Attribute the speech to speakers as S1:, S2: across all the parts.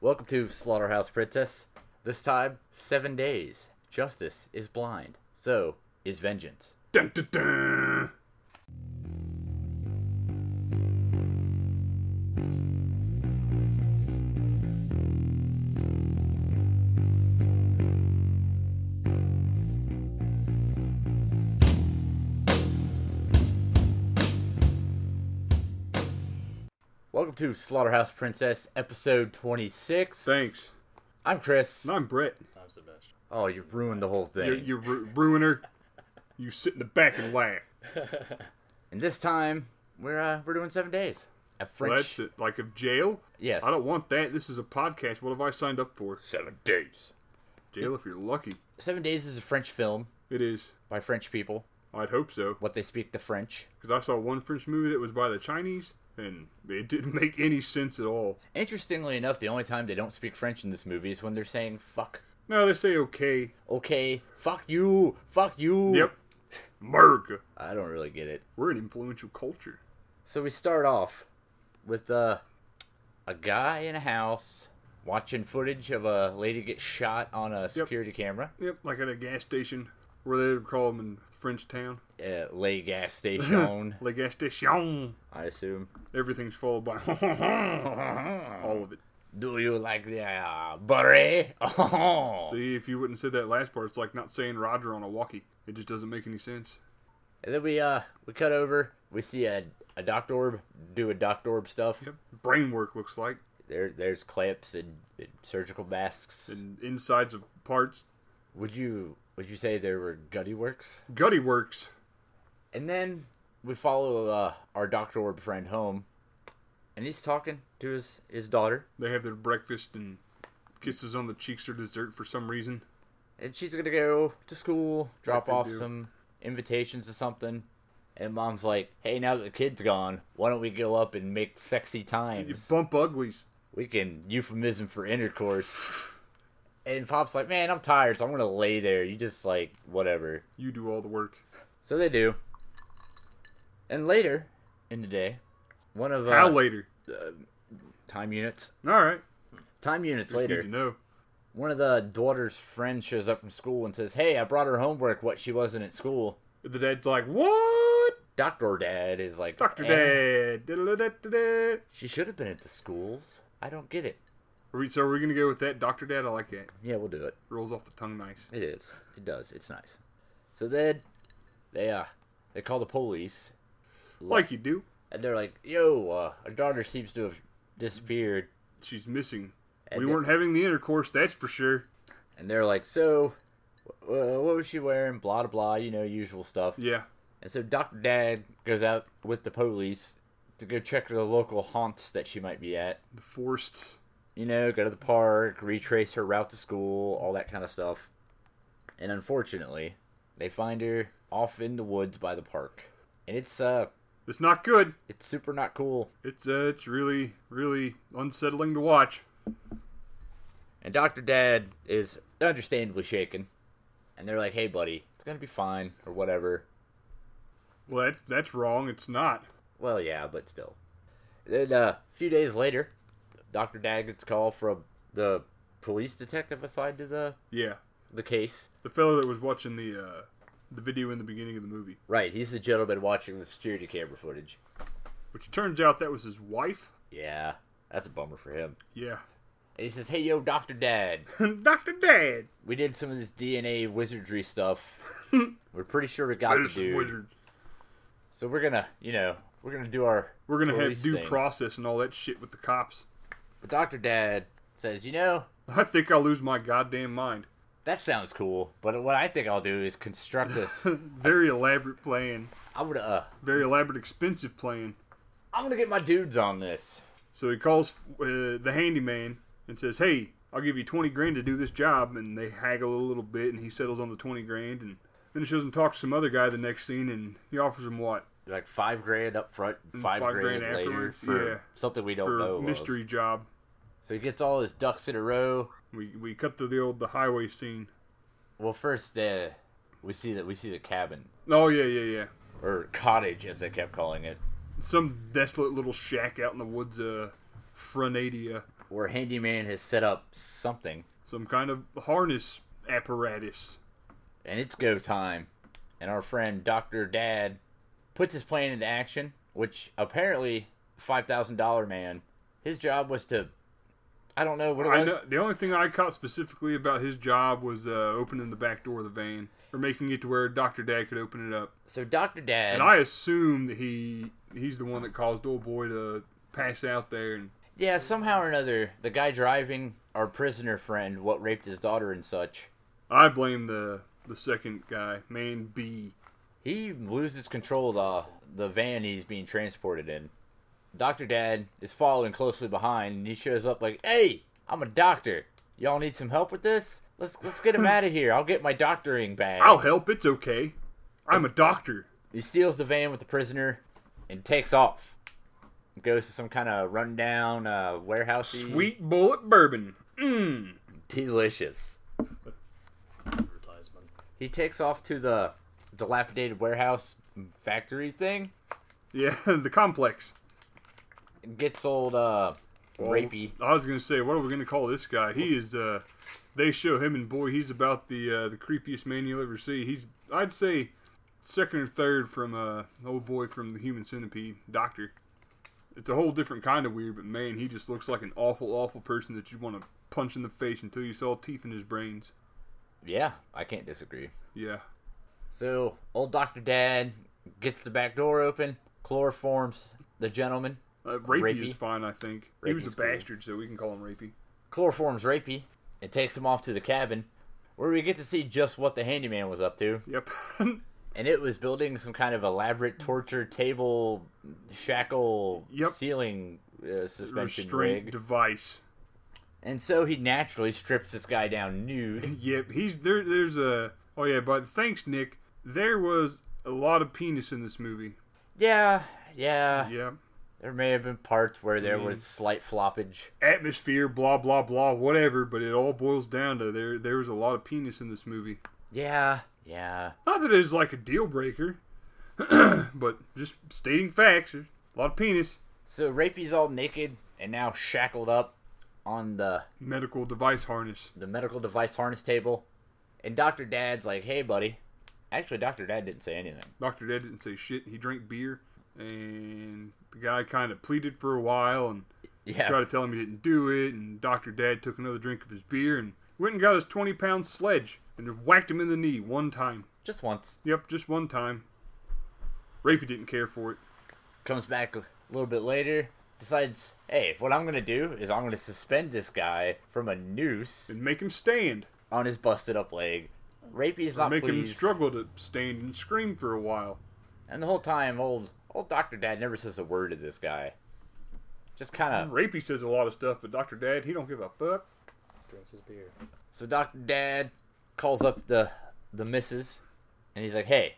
S1: Welcome to Slaughterhouse Princess. This time, seven days. Justice is blind. So is vengeance.
S2: Dun, dun, dun.
S1: Welcome to Slaughterhouse Princess, episode 26.
S2: Thanks.
S1: I'm Chris.
S2: No, I'm Brett.
S3: I'm Sebastian.
S1: Oh, you ruined the whole thing.
S2: You're, you're ru- ruiner. You sit in the back and laugh.
S1: And this time, we're uh, we're doing seven days. A
S2: Well,
S1: French.
S2: that's it. Like of jail.
S1: Yes.
S2: I don't want that. This is a podcast. What have I signed up for?
S1: Seven days.
S2: Jail, if you're lucky.
S1: Seven days is a French film
S2: It is.
S1: by French people.
S2: I'd hope so.
S1: What they speak the French.
S2: Because I saw one French movie that was by the Chinese, and it didn't make any sense at all.
S1: Interestingly enough, the only time they don't speak French in this movie is when they're saying fuck,
S2: No, they say okay.
S1: okay, fuck you, fuck you.
S2: Yep. America.
S1: I don't really get it.
S2: We're an influential culture.
S1: So we start off with uh, a guy in a house watching footage of a lady get shot on a security camera,
S2: Yep, like at a gas station, where they would call them in French town.
S1: uh, lay gas station,
S2: La gas station.
S1: I assume.
S2: Everything's followed by all of it.
S1: Do you like the uh, beret? Oh.
S2: See, if you wouldn't say that last part, it's like not saying Roger on a walkie. It just doesn't make any sense.
S1: And then we uh we cut over. We see a a Doc Orb do a Doc Orb stuff.
S2: Yep. Brain work looks like
S1: There there's clips and, and surgical masks.
S2: and insides of parts.
S1: Would you would you say there were gutty works?
S2: Gutty works.
S1: And then we follow uh, our Doctor Orb friend home, and he's talking to his his daughter,
S2: They have their breakfast and kisses on the cheeks or dessert for some reason.
S1: and she's gonna go to school, drop
S2: they
S1: off
S2: do.
S1: some invitations to something. And mom's like, "Hey, now that the kid's gone, why don't we go up and make sexy
S2: You
S1: times?
S2: bump uglies.
S1: We can euphemism for intercourse." And pop's like, "Man, I'm tired, so I'm gonna lay there. You just like whatever."
S2: You do all the work.
S1: So they do. And later in the day, one of uh,
S2: How later?
S1: time units,
S2: All right.
S1: time units
S2: Just
S1: later,
S2: Need to know.
S1: one of the daughter's friends shows up from school and says, "Hey, I brought her homework. What she wasn't at school."
S2: The dad's like, what?
S1: Doctor Dad is like,
S2: Doctor
S1: "Eh,
S2: Dad. Da-da-da-da-da.
S1: She should have been at the schools. I don't get it.
S2: Are we- So are we gonna go with that, Doctor Dad? I like that.
S1: Yeah, we'll do it.
S2: Rolls off the tongue nice.
S1: It is. It does. It's nice. So then, they uh, they call the police
S2: Like you do.
S1: and they're like, "Yo, uh, our daughter seems to have disappeared."
S2: She's missing.
S1: And
S2: we
S1: the-
S2: weren't having the intercourse, that's for sure.
S1: And they're like, "So, uh, what was she wearing? Blah blah blah. You know, usual stuff."
S2: Yeah.
S1: And so Dr. Dad goes out with the police to go check the local haunts that she might be at.
S2: The forced.
S1: You know, go to the park, retrace her route to school, all that kind of stuff. And unfortunately, they find her off in the woods by the park. And it's uh
S2: It's not good.
S1: it's super not cool.
S2: It's uh, it's really really unsettling to watch.
S1: And Dr. Dad is understandably shaken. And they're like, "Hey buddy, it's going to be fine or whatever."
S2: Well, that, that's wrong. It's not.
S1: Well, yeah, but still. Then uh, a few days later, Dr. Dad gets a call from the police detective assigned to the,
S2: Yeah.
S1: the case.
S2: The fellow that was watching the uh, the video in the beginning of the movie,
S1: Right, he's the gentleman watching the security camera footage.
S2: which it turns out that was his wife.
S1: Yeah, that's a bummer for him.
S2: Yeah.
S1: And he says, Hey, yo, Dr. Dad,
S2: Doctor Dad.
S1: we did some of this DNA wizardry stuff. We're pretty sure we got the
S2: There's the
S1: dude.
S2: wizard.
S1: So we're gonna, you know, we're gonna do our.
S2: We're gonna have
S1: police
S2: due
S1: thing.
S2: process and all that shit with the cops.
S1: But Dr. Dad says, You know,
S2: I think I'll lose my goddamn mind.
S1: that sounds cool, but what I think I'll do is construct a.
S2: Very elaborate plan.
S1: I'm gonna, uh,
S2: Very elaborate, expensive plan.
S1: I'm gonna get my dudes on this.
S2: So he calls uh, the handyman and says, "Hey, I'll give you twenty grand to do this job." And they haggle a little bit, and he settles on the twenty grand. And then he shows him talk to some other guy the next scene, and he offers him what
S1: like five grand up front, five,
S2: Mm, five
S1: grand,
S2: grand
S1: later
S2: afterwards,
S1: for
S2: yeah.
S1: something we don't
S2: for
S1: know.
S2: a
S1: of.
S2: mystery job.
S1: So he gets all his ducks in a row.
S2: We we cut to the old the highway scene.
S1: Well, first uh, we see that we see the cabin
S2: Oh yeah yeah yeah.
S1: or cottage, as they kept calling it.
S2: Some desolate little shack out in the woods, uh, Fronadia.
S1: where Handyman has set up something,
S2: Some kind of harness apparatus.
S1: and it's go time. And our friend Doctor Dad puts his plan into action, which apparently five thousand dollar man, his job was to, I don't know what it
S2: I
S1: was.
S2: know, the only thing I caught specifically about his job was uh, opening the back door of the van or making it to where Doctor Dad could open it up.
S1: So Doctor Dad,
S2: And I assume that he he's the one that caused old boy to pass out there and
S1: yeah, somehow or another, the guy driving our prisoner friend, what raped his daughter and such,
S2: I blame the the second guy, man B.
S1: he loses control of the, the van he's being transported in. Dr. Dad is following closely behind and he shows up like, Hey, I'm a doctor. Y'all need some help with this? Let's let's get him out of here. I'll get my doctoring bag.
S2: I'll help, it's okay. I'm a doctor.
S1: He steals the van with the prisoner and takes off. Goes to some kind of rundown uh, warehouse.
S2: Sweet bullet bourbon. Mmm.
S1: delicious.
S3: Advertisement.
S1: He takes off to the dilapidated warehouse factory thing.
S2: Yeah, the complex.
S1: Gets old uh rapey.
S2: I was gonna say, what are we gonna call this guy? He is. uh They show him, and boy, he's about the uh, the creepiest man you'll ever see. He's, I'd say, second or third from uh old boy from the Human Centipede, Doctor. It's a whole different kind of weird, but man, he just looks like an awful, awful person that you'd want to punch in the face until you saw teeth in his brains.
S1: Yeah, I can't disagree.
S2: Yeah.
S1: So old Doctor Dad gets the back door open, chloroforms the gentleman,
S2: Uh, rapey,
S1: Rapey.
S2: is fine, I think. he
S1: Rapey's
S2: was a
S1: cool.
S2: bastard, so we can call him Rapey.
S1: chloroforms rapey, and takes him off to the cabin, where we get to see just what the handyman was up to,
S2: Yep.
S1: and it was building some kind of elaborate torture table shackle
S2: Yep.
S1: ceiling uh, suspension
S2: Restraint
S1: rig.
S2: device.
S1: And so he naturally strips this guy down nude.
S2: Yep, he's there. There's a. Oh yeah, but thanks, Nick. There was a lot of penis in this movie.
S1: Yeah, yeah.
S2: Yep.
S1: There may have been parts where there
S2: Mm-hmm.
S1: was slight floppage.
S2: Atmosphere, blah blah blah, whatever. But it all boils down to there. There was a lot of penis in this movie.
S1: Yeah, yeah.
S2: Not that it's like a deal breaker, but just stating facts. There's a lot of penis.
S1: So Rapey's all naked and now shackled up on the
S2: Medical device harness.
S1: the medical device harness table, and Doctor Dad's like, "Hey, buddy." Actually, Doctor Dad didn't say anything.
S2: Doctor Dead didn't say shit. He drank beer, and the guy kind of pleaded for a while and
S1: Yeah,
S2: tried to tell him he didn't do it, and Dr. Dad took another drink of his beer and went and got his 20 pound sledge and whacked him in the knee one time.
S1: just once.
S2: Yep, just one time. Rapey didn't care for it.
S1: Comes back a little bit later. Decides, hey, what I'm gonna do is I'm gonna suspend this guy from a noose
S2: And make him stand.
S1: on his busted up leg. Rapey's not
S2: make
S1: pleased.
S2: him struggle to stand and scream for a while.
S1: And the whole time, old old Doctor Dad never says a word to this guy. Just kind of.
S2: Rapey says a lot of stuff, but Dr. Dad, he don't give a fuck.
S3: Drinks his beer.
S1: So Doctor Dad calls up the the missus, and he's like, "Hey,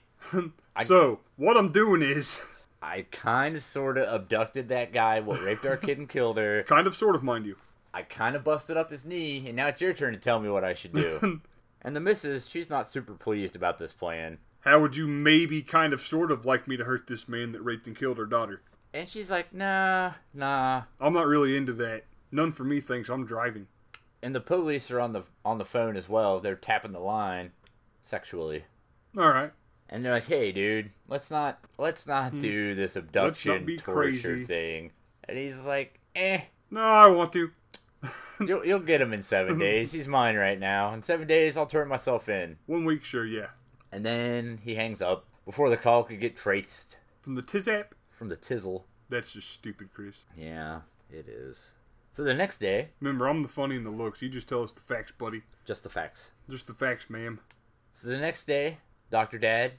S2: so, what I'm doing is,
S1: I kind of sort of abducted that guy, what raped our kid and killed her.
S2: kind of, sort of, mind you,
S1: I kind of busted up his knee, and now it's your turn to tell me what I should do." and the missus, she's not super pleased about this plan,
S2: how would you maybe, kind of, sort of, like me to hurt this man that raped and killed her daughter?
S1: and she's like, "Nah, nah."
S2: I'm not really into that. None for me thinks I'm driving.
S1: And the police are on the on the phone as well. They're tapping the line, sexually.
S2: All right.
S1: and they're like, "Hey, dude, let's not let's not do this abduction
S2: be
S1: torture
S2: crazy."
S1: thing." And he's like, "Eh,
S2: No, I want to.
S1: you'll, you'll get him in seven days. He's mine right now. In seven days, I'll turn myself in."
S2: One week, sure, yeah.
S1: And then he hangs up before the call could get traced
S2: From the Tiz app?
S1: from the tizzle.
S2: That's just stupid, Chris.
S1: Yeah, it is. So the next day,
S2: Remember, I'm the funny in the looks. You just tell us the facts, buddy.
S1: just the facts.
S2: Just the facts, ma'am.
S1: So the next day, Doctor Dad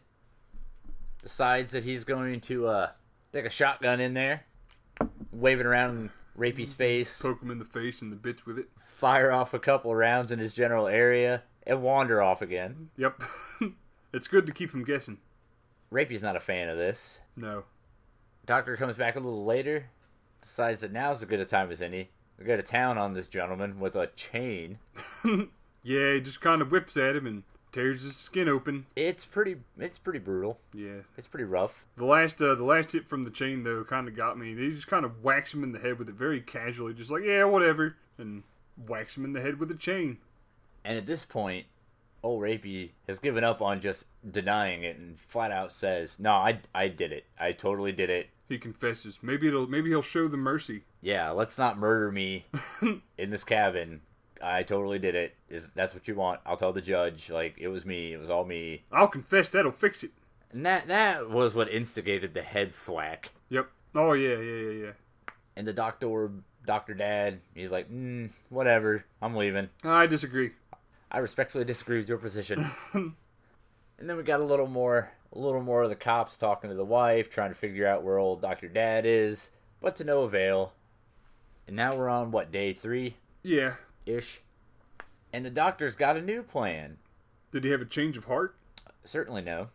S1: decides that he's going to uh, take a shotgun in there, wave it around in Rapey's face.
S2: Poke him in the face and the bits with it.
S1: fire off a couple rounds in his general area, and wander off again.
S2: Yep. it's good to keep him guessing.
S1: Rapey's not a fan of this.
S2: No.
S1: Doctor comes back a little later, decides that now's as good a time as any. We go to town on this gentleman with a chain.
S2: Yeah, he just kind of whips at him and tears his skin open.
S1: It's pretty. It's pretty brutal.
S2: Yeah.
S1: It's pretty rough.
S2: The last, uh, the last hit from the chain though kind of got me. He just kind of whacks him in the head with it very casually, just like yeah, whatever. and whacks him in the head with a chain.
S1: And at this point, old Rapey has given up on just denying it and flat out says, "No, I I did it. I totally did it.
S2: He confesses. Maybe it'll maybe he'll show the mercy.
S1: Yeah, let's not murder me in this cabin. I totally did it. Is that's what you want? I'll tell the judge. Like it was me. It was all me.
S2: I'll confess that'll fix it.
S1: And that that was what instigated the head thwack.
S2: Yep. Oh yeah, yeah, yeah, yeah.
S1: And the doctor, Doctor Dad, he's like, mm, whatever. I'm leaving.
S2: I disagree.
S1: I respectfully disagree with your position. and then we got a little more, a little more of the cops talking to the wife, trying to figure out where old Doctor Dad is, but to no avail. And now we're on what day three
S2: Yeah.
S1: ish, and the doctor's got a new plan.
S2: Did he have a change of heart?
S1: Certainly no.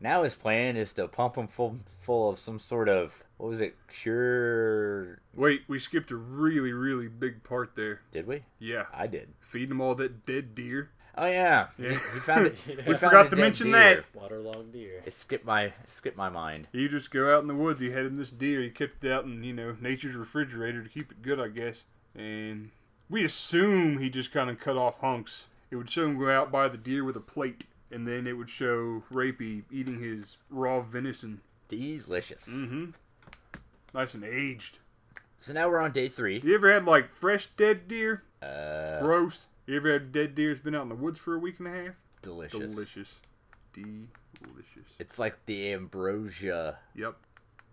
S1: now his plan is to pump him full, full of some sort of what was it? Cure?
S2: Wait, we skipped a really, really big part there.
S1: Did we?
S2: Yeah.
S1: I did.
S2: Feeding him all that dead deer.
S1: Oh yeah,
S2: Yeah.
S1: He, he found it. he
S2: We
S1: found
S2: forgot
S1: a
S2: to
S1: dead
S2: mention
S1: deer.
S2: that.
S3: Waterlogged deer.
S1: It skipped my it skipped my mind.
S2: You just go out in the woods. He had him this deer. He kept it out in you know nature's refrigerator to keep it good, I guess. And we assume he just kind of cut off hunks. It would show him go out by the deer with a plate, and then it would show Rapey eating his raw venison.
S1: Delicious.
S2: Mm-hmm. Nice and aged.
S1: So now we're on day three.
S2: You ever had like fresh dead deer?
S1: Uh,
S2: Gross. You ever had dead deer that's been out in the woods for a week and a half?
S1: delicious.
S2: Delicious. Delicious.
S1: It's like the ambrosia.
S2: Yep.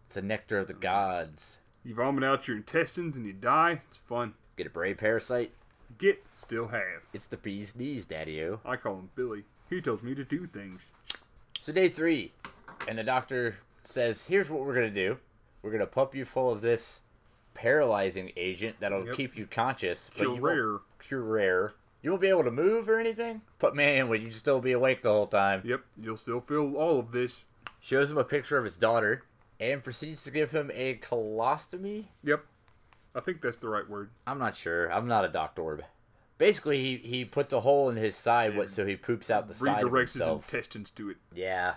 S1: It's a nectar of the gods.
S2: You vomit out your intestines and you die. It's fun.
S1: Get a brave parasite.
S2: Get, still have.
S1: It's the bee's knees, daddy-o.
S2: I call him Billy. He tells me to do things.
S1: So day three, and the doctor says, "Here's what we're gonna do. We're gonna pump you full of this paralyzing agent that'll
S2: Yep.
S1: keep you conscious, but
S2: Cure
S1: you
S2: rare.
S1: won't cure rare. You won't be able to move or anything. But man, would you still be awake the whole time?"
S2: Yep, you'll still feel all of this.
S1: Shows him a picture of his daughter, and proceeds to give him a colostomy.
S2: Yep. I think that's the right word.
S1: I'm not sure. I'm not a doctor. Basically, he, he puts a hole in his side, what so he poops out the side of
S2: Redirects his
S1: himself.
S2: intestines to it.
S1: yeah.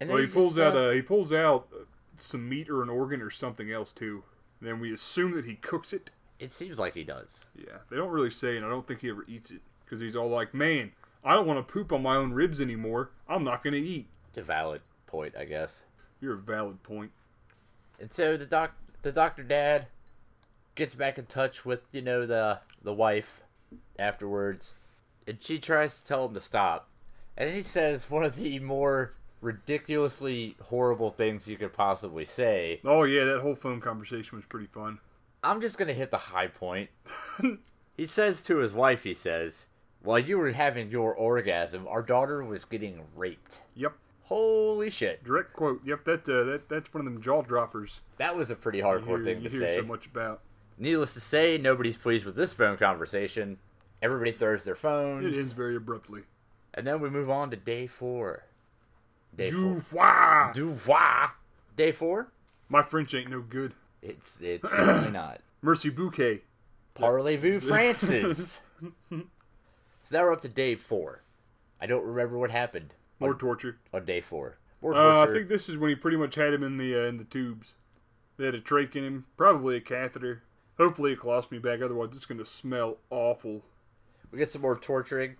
S1: And
S2: Well, he
S1: just,
S2: pulls out
S1: uh,
S2: uh, he pulls out uh, some meat or an organ or something else too. Then we assume that he cooks it.
S1: It seems like he does.
S2: Yeah, they don't really say, and I don't think he ever eats it because he's all like, "Man, I don't want to poop on my own ribs anymore. I'm not gonna eat."
S1: It's a valid point, I guess.
S2: You're a valid point.
S1: And so the doc, the doctor dad, gets back in touch with you know the the wife afterwards, and she tries to tell him to stop, and he says one of the more ridiculously horrible things you could possibly say.
S2: Oh yeah, that whole phone conversation was pretty fun.
S1: I'm just gonna hit the high point. he says to his wife, he says, "While you were having your orgasm, our daughter was getting raped."
S2: Yep,
S1: Holy shit,
S2: direct quote. Yep, that uh, that that's one of them jaw droppers
S1: that was a pretty
S2: you
S1: hardcore
S2: hear,
S1: thing
S2: you
S1: to
S2: hear
S1: say.
S2: so much about.
S1: Needless to say, nobody's pleased with this phone conversation. Everybody throws their
S2: It ends
S1: phones.
S2: very abruptly.
S1: And then we move on to day four. Day four.
S2: Doof-wah!
S1: Du voir. Day four?
S2: My French ain't no good.
S1: It's it's certainly not.
S2: Mercy bouquet.
S1: Parlez-vous Francis. so now we're up to day four. I don't remember what happened
S2: More torture.
S1: on day four. More
S2: Uh, I
S1: torture.
S2: think this is when he pretty much had him in the uh, in the tubes. They had a trach in him, probably a catheter. Hopefully a colostomy bag, otherwise it's going to smell awful.
S1: we get some more torturing.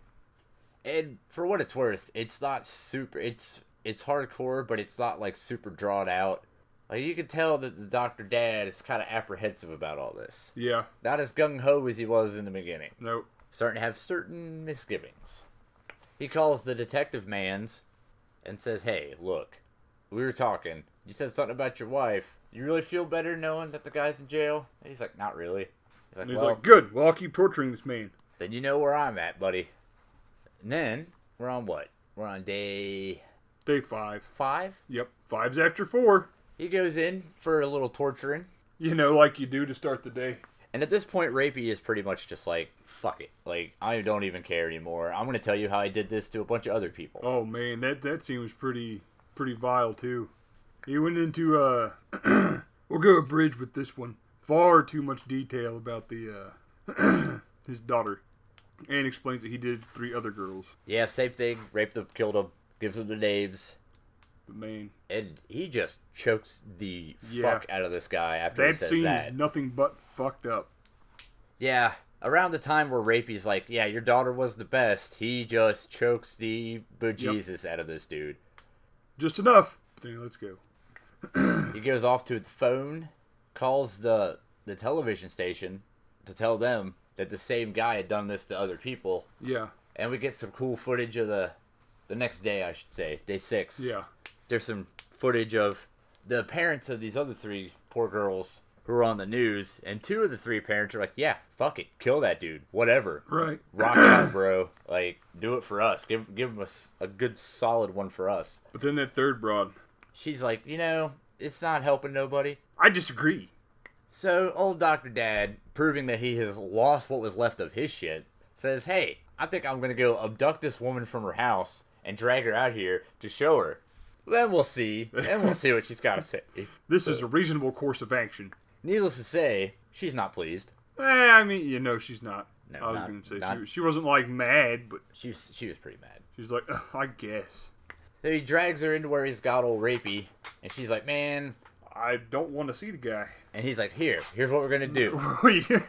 S1: And for what it's worth, it's not super. It's it's hardcore, but it's not like super drawn out. Like you can tell that the Doctor Dad is kind of apprehensive about all this.
S2: Yeah,
S1: Not as gung ho as he was in the beginning.
S2: no.
S1: Starting to have certain misgivings. He calls the detective man's and says, "Hey, look, we were talking. You said something about your wife. You really feel better knowing that the guy's in jail?" And he's like, "Not really." He's like,
S2: And he's
S1: "Well,
S2: like, good, well, I'll keep torturing this man.
S1: then you know where I'm at, buddy. And then we're on what? We're on day
S2: Day five.
S1: five.
S2: Yep, five's after four.
S1: He goes in for a little torturing,
S2: You know, like you do to start the day.
S1: and at this point, Rapey is pretty much just like, "Fuck it, like I don't even care anymore. I'm gonna tell you how I did this to a bunch of other people."
S2: Oh man, that that scene was pretty pretty vile too. He went into uh, we'll go a bridge with this one. Far too much detail about the uh, his daughter, and explains that he did it to three other girls.
S1: Yeah, same thing. Raped them, killed them, gives them the names,
S2: But man,
S1: and he just chokes the
S2: Yeah.
S1: fuck out of this guy after he
S2: that
S1: says
S2: scene is
S1: that.
S2: nothing but fucked up.
S1: Yeah, around the time where Rapey's like, yeah, your daughter was the best, he just chokes the bejesus out of this dude.
S2: Just enough. Then let's go.
S1: He goes off to the phone, calls the the television station to tell them that the same guy had done this to other people,
S2: Yeah.
S1: and we get some cool footage of the the next day, I should say, day six.
S2: Yeah.
S1: there's some footage of the parents of these other three poor girls who are on the news, and two of the three parents are like, "Yeah, fuck it, kill that dude, whatever,
S2: Right.
S1: rock out, bro. Like, do it for us. Give give him a, s- a good solid one for us."
S2: But then that third broad.
S1: She's like, "You know, it's not helping nobody."
S2: I disagree.
S1: So old Doctor Dad, proving that he has lost what was left of his shit, says, "Hey, I think I'm gonna go abduct this woman from her house and drag her out here to show her." Then we'll see. Then we'll see what she's got to say.
S2: This is a reasonable course of action.
S1: Needless to say, she's not pleased.
S2: Eh, I mean, you know, she's not.
S1: No,
S2: I was
S1: not-
S2: going to say
S1: not-
S2: she, she wasn't like mad, but
S1: She was, she was pretty mad.
S2: she's like, "Ugh, I guess
S1: So he drags her into where he's got old rapey, and she's like, "Man,"
S2: I don't want to see the guy.
S1: and he's like, "Here, here's what we're gonna do.
S2: you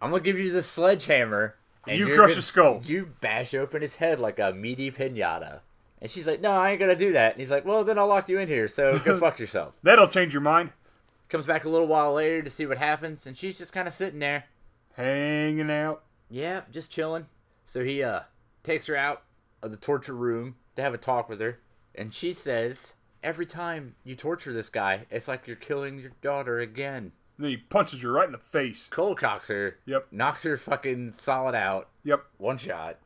S1: I'm gonna give you the sledgehammer, and you're
S2: crush
S1: gonna-
S2: his skull.
S1: You bash open his head like a meaty pinata." And she's like, "No, I ain't gonna do that." And he's like, "Well, then I'll lock you in here. So go fuck yourself."
S2: That'll change your mind.
S1: Comes back a little while later to see what happens, and she's just kind of sitting there.
S2: Hanging out.
S1: Yeah, just chilling. So he uh takes her out of the torture room to have a talk with her, and she says, "Every time you torture this guy, it's like you're killing your daughter again."
S2: Then he punches her right in the face.
S1: Cole cocks her,
S2: Yep.
S1: knocks her fucking solid out,
S2: Yep.
S1: one shot,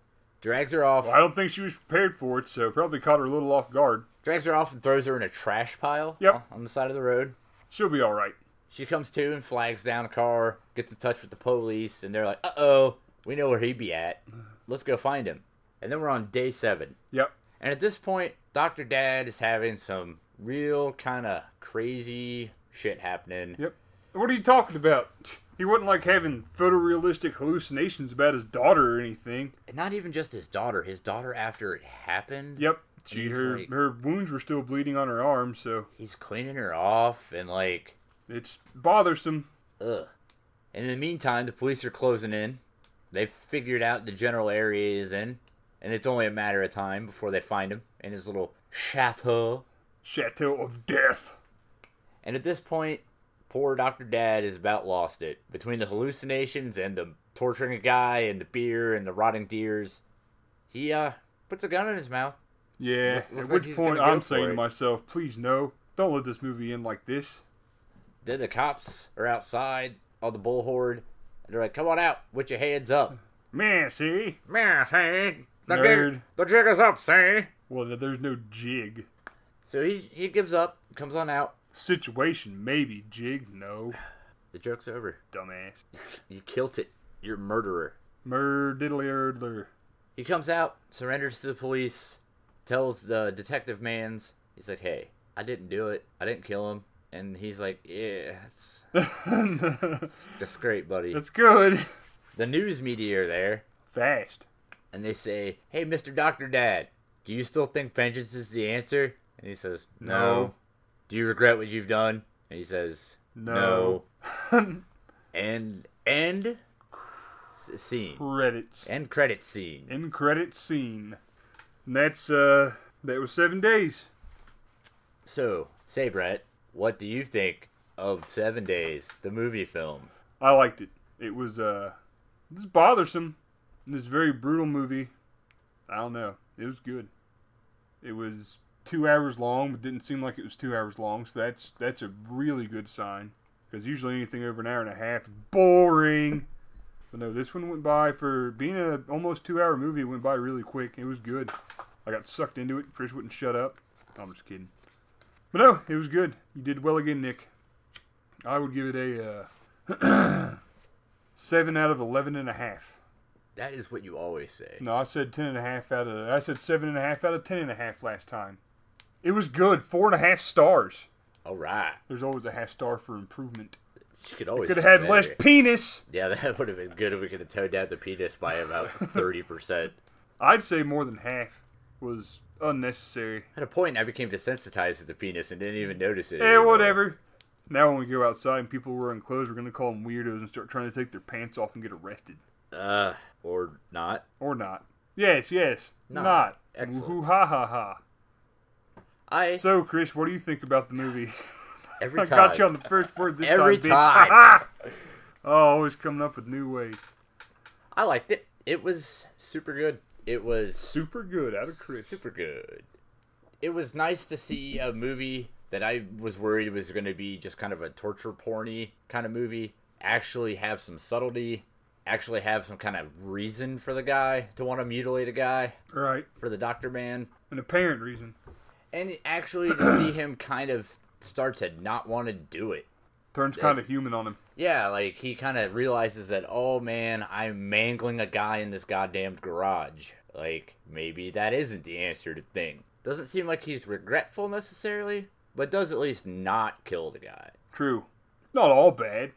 S1: drags her off,
S2: Well, I don't think she was prepared for it, so probably caught her a little off guard.
S1: drags her off and throws her in a trash pile
S2: Yep.
S1: on- on the side of the road.
S2: She'll be all right.
S1: She comes to and flags down a car, gets in touch with the police, and they're like, "Uh oh, we know where he'd be at. Let's go find him." And then we're on day seven.
S2: Yep.
S1: And at this point, Dr. Dad is having some real kind of crazy shit happening.
S2: Yep. What are you talking about? He wasn't like having photorealistic hallucinations about his daughter or anything.
S1: And not even just his daughter, his daughter after it happened.
S2: Yep. She
S1: He's
S2: her
S1: like-
S2: her wounds were still bleeding on her arm, so
S1: He's cleaning her off and like,
S2: it's bothersome.
S1: ugh. And in the meantime, the police are closing in. They've figured out the general area he is in. And it's only a matter of time before they find him in his little chateau.
S2: Chateau of death.
S1: And at this point, poor Dr. Dad has about lost it. Between the hallucinations and the torturing a guy and the beer and the rotting deers, he uh puts a gun in his mouth.
S2: Yeah.
S1: looks
S2: At
S1: like
S2: which
S1: he's
S2: point
S1: gonna go
S2: I'm
S1: for
S2: saying to
S1: it.
S2: myself, please no, don't let this movie end like this.
S1: Then the cops are outside, all the bull horde, and they're like, Come on out, with your hands up.
S2: Man, see?
S1: Man, hey, the
S2: Nerd.
S1: jig the jig is up, see?
S2: Well, th- there's no jig.
S1: So he he gives up, comes on out,
S2: Situation, maybe. Jig, no.
S1: the joke's over.
S2: Dumbass.
S1: You killed it. You're a murderer.
S2: Murdiddly-erdler.
S1: He comes out, surrenders to the police, tells the detective man's, he's like, hey, I didn't do it. I didn't kill him. And he's like, yeah, that's, that's great, buddy.
S2: That's good.
S1: The news media are there,
S2: Fast.
S1: and they say, hey, Mr. Dr. Dad, do you still think vengeance is the answer? And he says, no.
S2: No.
S1: Do you regret what you've done? And he says, no.
S2: No.
S1: and, end s- scene.
S2: Credits.
S1: End credit scene.
S2: End credits scene. And that's, uh, that was seven days.
S1: So, say Brett, what do you think of Seven Days, the movie film?
S2: I liked it. It was, uh, this bothersome. This very brutal movie. I don't know. It was good. It was two hours long, but didn't seem like it was two hours long, so that's, that's a really good sign. Because usually anything over an hour and a half is boring. But no, this one went by for being a almost two hour movie. It went by really quick. It was good. I got sucked into it. Chris wouldn't shut up. I'm just kidding. But no, it was good. You did well again, Nick. I would give it a uh, seven out of eleven and a half.
S1: That is what you always say.
S2: No, I said ten and a half out of. I said seven and a half out of ten and a half last time. It was good. Four and a half stars.
S1: All right.
S2: There's always a half star for improvement.
S1: You could always
S2: Could have
S1: do
S2: had
S1: better.
S2: less penis.
S1: Yeah, that would have been good if we could have toned down the penis by about 30%.
S2: I'd say more than half was unnecessary.
S1: At a point, I became desensitized to the penis and didn't even notice it.
S2: Yeah,
S1: anymore.
S2: whatever. Now, when we go outside and people wearing clothes, we're going to call them weirdos and start trying to take their pants off and get arrested.
S1: Uh, or not.
S2: Or not. Yes, yes.
S1: No.
S2: Not.
S1: Excellent.
S2: Woohoo, ha ha ha.
S1: I
S2: So, Chris, what do you think about the movie?
S1: every
S2: I
S1: time.
S2: got you on the first word this
S1: Every
S2: time, bitch.
S1: time.
S2: oh, always coming up with new ways.
S1: I liked it. It was super good. It was
S2: Super good out of Chris.
S1: super good. It was nice to see a movie that I was worried was going to be just kind of a torture porny kind of movie actually have some subtlety, actually have some kind of reason for the guy to want to mutilate a guy
S2: Right.
S1: for the doctor man.
S2: An apparent reason.
S1: and actually to see him kind of start to not want to do it.
S2: Turns kind of human on him.
S1: Yeah, like he kind of realizes that, oh man, I'm mangling a guy in this goddamn garage. Like maybe that isn't the answer to thing. Doesn't seem like he's regretful necessarily, but does at least not kill the guy.
S2: True. Not all bad.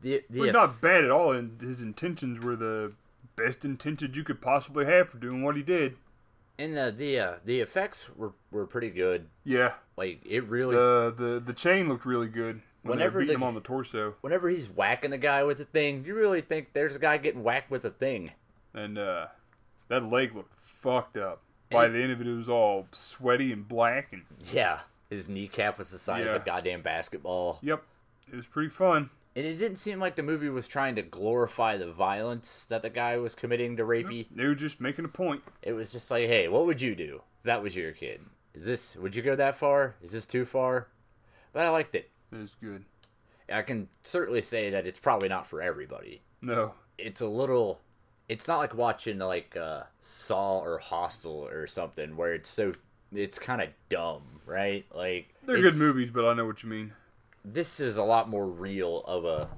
S1: The, the
S2: But not bad at all, and his intentions were the best intentions you could possibly have for doing what he did.
S1: and the the, uh, the effects were were pretty good.
S2: Yeah.
S1: Like it really.
S2: The the the chain looked really good when
S1: Whenever
S2: they were beating
S1: the-
S2: him on the torso,
S1: whenever he's whacking a guy with a thing, you really think there's a guy getting whacked with a thing.
S2: and uh, that leg looked fucked up. By the end of it, it was all sweaty and black, and
S1: Yeah, his kneecap was the size of
S2: Yeah.
S1: a goddamn basketball.
S2: yep, it was pretty fun.
S1: And it didn't seem like the movie was trying to glorify the violence that the guy was committing to rapey.
S2: They were just making a point.
S1: It was just like, hey, what would you do if that was your kid? Is this, would you go that far? Is this too far? But I liked it.
S2: It was good.
S1: I can certainly say that it's probably not for everybody.
S2: No,
S1: It's a little, it's not like watching like uh, Saw or Hostel or something where it's so, it's kind of dumb, right? Like,
S2: they're
S1: it's-
S2: good movies, but I know what you mean.
S1: this is a lot more real of a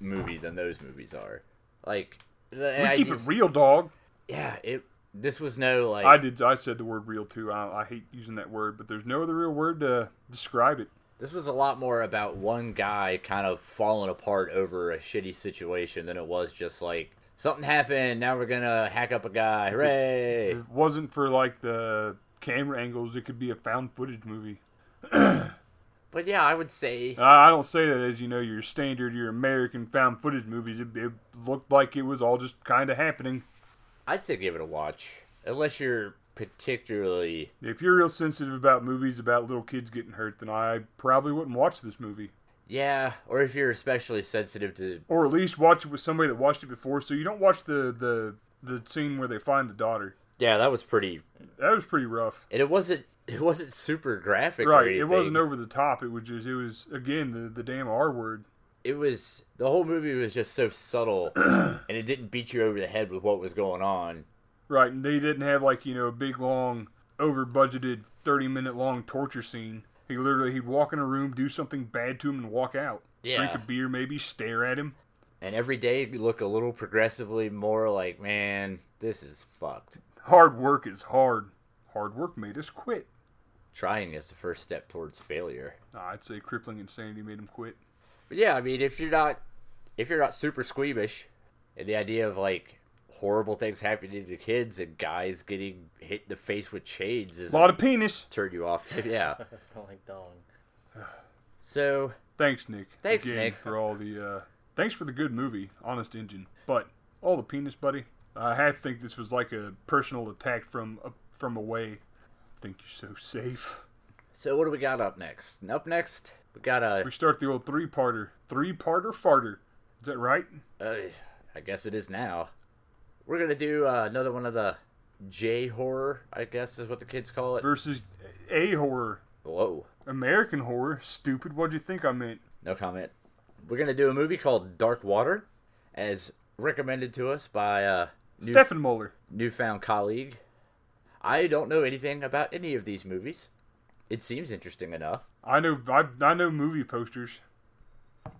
S1: movie than those movies are. Like, the,
S2: We
S1: I-
S2: keep it real, dog.
S1: yeah, it. This was no like
S2: I did. I said the word "real" too. I, I hate using that word, but there's no other real word to describe it.
S1: this was a lot more about one guy kind of falling apart over a shitty situation than it was just like something happened. Now we're gonna hack up a guy. Hooray!
S2: If it wasn't for like the camera angles, it could be a found footage movie.
S1: But yeah, I would say
S2: And I I don't say that as you know your standard, your American found footage movies. It, it looked like it was all just kind of happening.
S1: I'd say give it a watch unless you're particularly
S2: If you're real sensitive about movies about little kids getting hurt, then I probably wouldn't watch this movie,
S1: yeah, or if you're especially sensitive to
S2: or at least watch it with somebody that watched it before, so you don't watch the the the scene where they find the daughter.
S1: yeah, that was pretty.
S2: That was pretty rough.
S1: And it wasn't it wasn't super graphic. or
S2: Right, it
S1: anything.
S2: wasn't over the top. It was just, it was again the the damn R word.
S1: it was the whole movie was just so subtle and it didn't beat you over the head with what was going on
S2: Right, and they didn't have like you know a big long over budgeted thirty minute long torture scene. He literally he'd walk in a room, do something bad to him, and walk out. Drink
S1: Yeah.
S2: a beer, maybe stare at him.
S1: and every day you look a little progressively more like man this is fucked
S2: Hard work is hard. Hard work made us quit.
S1: trying is the first step towards failure
S2: Nah, I'd say crippling insanity made him quit.
S1: but yeah i mean if you're not if you're not super squeamish and the idea of like horrible things happening to kids and guys getting hit in the face with shades is
S2: A lot of penis.
S1: turn you off yeah
S3: That's not like dong.
S1: so
S2: Thanks, Nick.
S1: Thanks,
S2: again,
S1: Nick.
S2: for all the. Uh, thanks for the good movie, Honest Engine. But all the penis, buddy. I half think this was like a personal attack from uh, from away. Think you're so safe.
S1: so what do we got up next up next we got a
S2: We start the old three parter. Three parter farter. Is that right?
S1: Uh, I guess it is now. We're gonna do uh, another one of the J horror, I guess is what the kids call it.
S2: Versus A horror.
S1: Whoa,
S2: American horror. Stupid. What'd you think I meant?
S1: no comment. We're gonna do a movie called Dark Water, as recommended to us by uh, new,
S2: Stefan Muller.
S1: newfound colleague. I don't know anything about any of these movies. It seems interesting enough.
S2: I know. I, I know movie posters.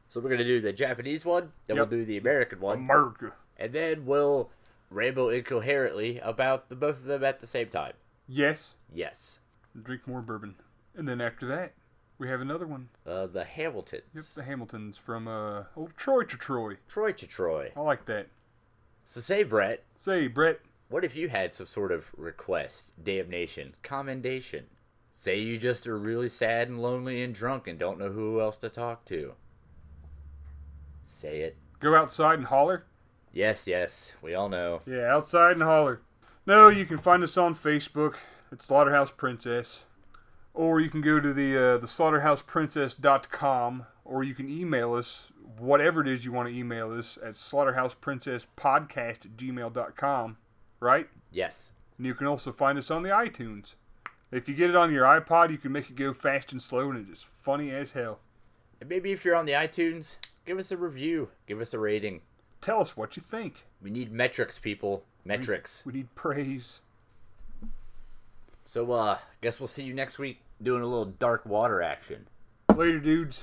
S1: So we're gonna do the Japanese one, then
S2: Yep.
S1: we'll do the American one,
S2: America.
S1: and then we'll ramble incoherently about the both of them at the same time.
S2: Yes.
S1: Yes.
S2: Drink more bourbon. And then after that, we have another one.
S1: Uh, the Hamiltons.
S2: Yep, the Hamiltons from uh, old Troy to Troy.
S1: Troy to Troy.
S2: I like that.
S1: So say, Brett,
S2: Say, Brett,
S1: what if you had some sort of request, damnation, commendation, Say you just are really sad and lonely and drunk and don't know who else to talk to. Say it.
S2: Go outside and holler?
S1: Yes, yes, we all know.
S2: Yeah, outside and holler. No, you can find us on Facebook at Slaughterhouse Princess. Or you can go to the uh, the slaughterhouseprincess.com or you can email us whatever it is you want to email us at slaughterhouseprincesspodcast at gmail.com, right?
S1: Yes.
S2: And you can also find us on the iTunes. If you get it on your iPod, you can make it go fast and slow, and it is funny as hell.
S1: And maybe if you're on the iTunes, give us a review, give us a rating.
S2: Tell us what you think.
S1: We need metrics, people. Metrics.
S2: We need praise.
S1: So, uh, guess we'll see you next week doing a little dark water action.
S2: Later, dudes.